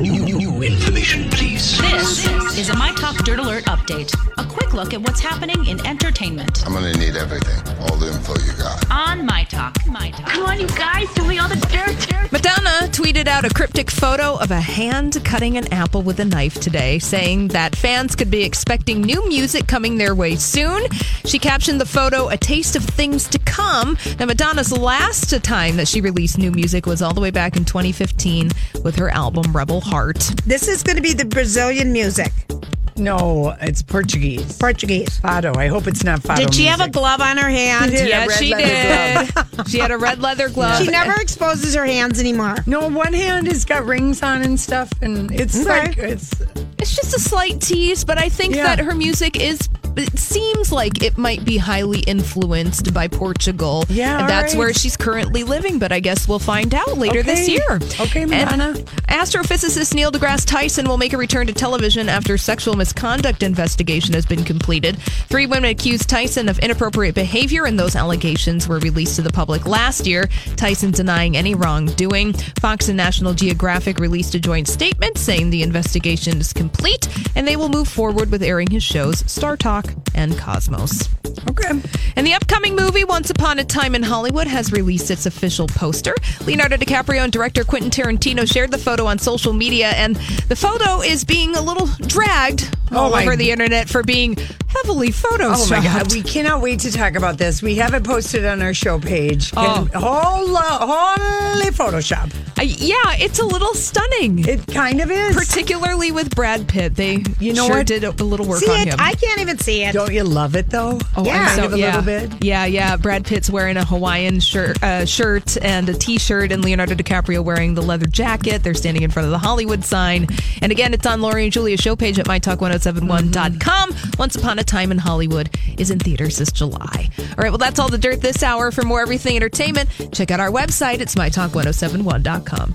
New, new, new information, please. This is a My Talk Dirt Alert update. A quick look at what's happening in entertainment I'm gonna need everything, all the info you got. on My Talk. My Talk. Come on, you guys, give me all the dirt, dirt. Madonna tweeted out a cryptic photo of a hand cutting an apple with a knife today, saying that fans could be expecting new music coming their way soon. She captioned the photo, A Taste of Things to Come. Now, Madonna's last time that she released new music was all the way back in 2015 with her album Rebel Heart. This is going to be the Brazilian music, No, it's Portuguese. Portuguese. Fado. I hope it's not Fado. Did she have a music. glove on her hand? did. Yes, red she leather did. she had a red leather glove. She never exposes her hands anymore. No, one hand has got rings on and stuff, and it's Okay. like it's It's just a slight tease, but I think Yeah. that her music is. It seems like it might be highly influenced by Portugal. Yeah, and all that's right. where she's currently living. But I guess we'll find out later this Okay. year. Okay, And uh, Madonna. astrophysicist Neil deGrasse Tyson will make a return to television after sexual misconduct investigation has been completed. Three women accused Tyson of inappropriate behavior, and those allegations were released to the public last year. Tyson denying any wrongdoing. Fox and National Geographic released a joint statement saying the investigation is complete, and they will move forward with airing his shows Star Talk and Cosmos. okay. And the upcoming movie Once Upon a Time in Hollywood has released its official poster. Leonardo DiCaprio and director Quentin Tarantino shared the photo on social media, and the photo is being a little dragged all my- over the internet for being heavily photoshopped. Oh my God, we cannot wait to talk about this. We have it posted on our show page. Can- Holy, holy Photoshop! I- yeah, it's a little stunning. It kind of is. Particularly with Brad Pitt, they You know sure what? did a, a little work see on it? him. I can't even see it. Don't you love it though? Oh, I'm kind so- of a yeah. little bit. Yeah, yeah. Brad Pitt's wearing a Hawaiian shirt, uh, shirt and a T-shirt, and Leonardo DiCaprio wearing the leather jacket. They're standing in front of the Hollywood sign. And again, it's on Lori and Julia's show page at mytalk1071.com. Once Upon a Time in Hollywood is in theaters this July. All oh right, well, that's all the dirt this hour. For more everything entertainment, check out our website. It's mytalk1071.com.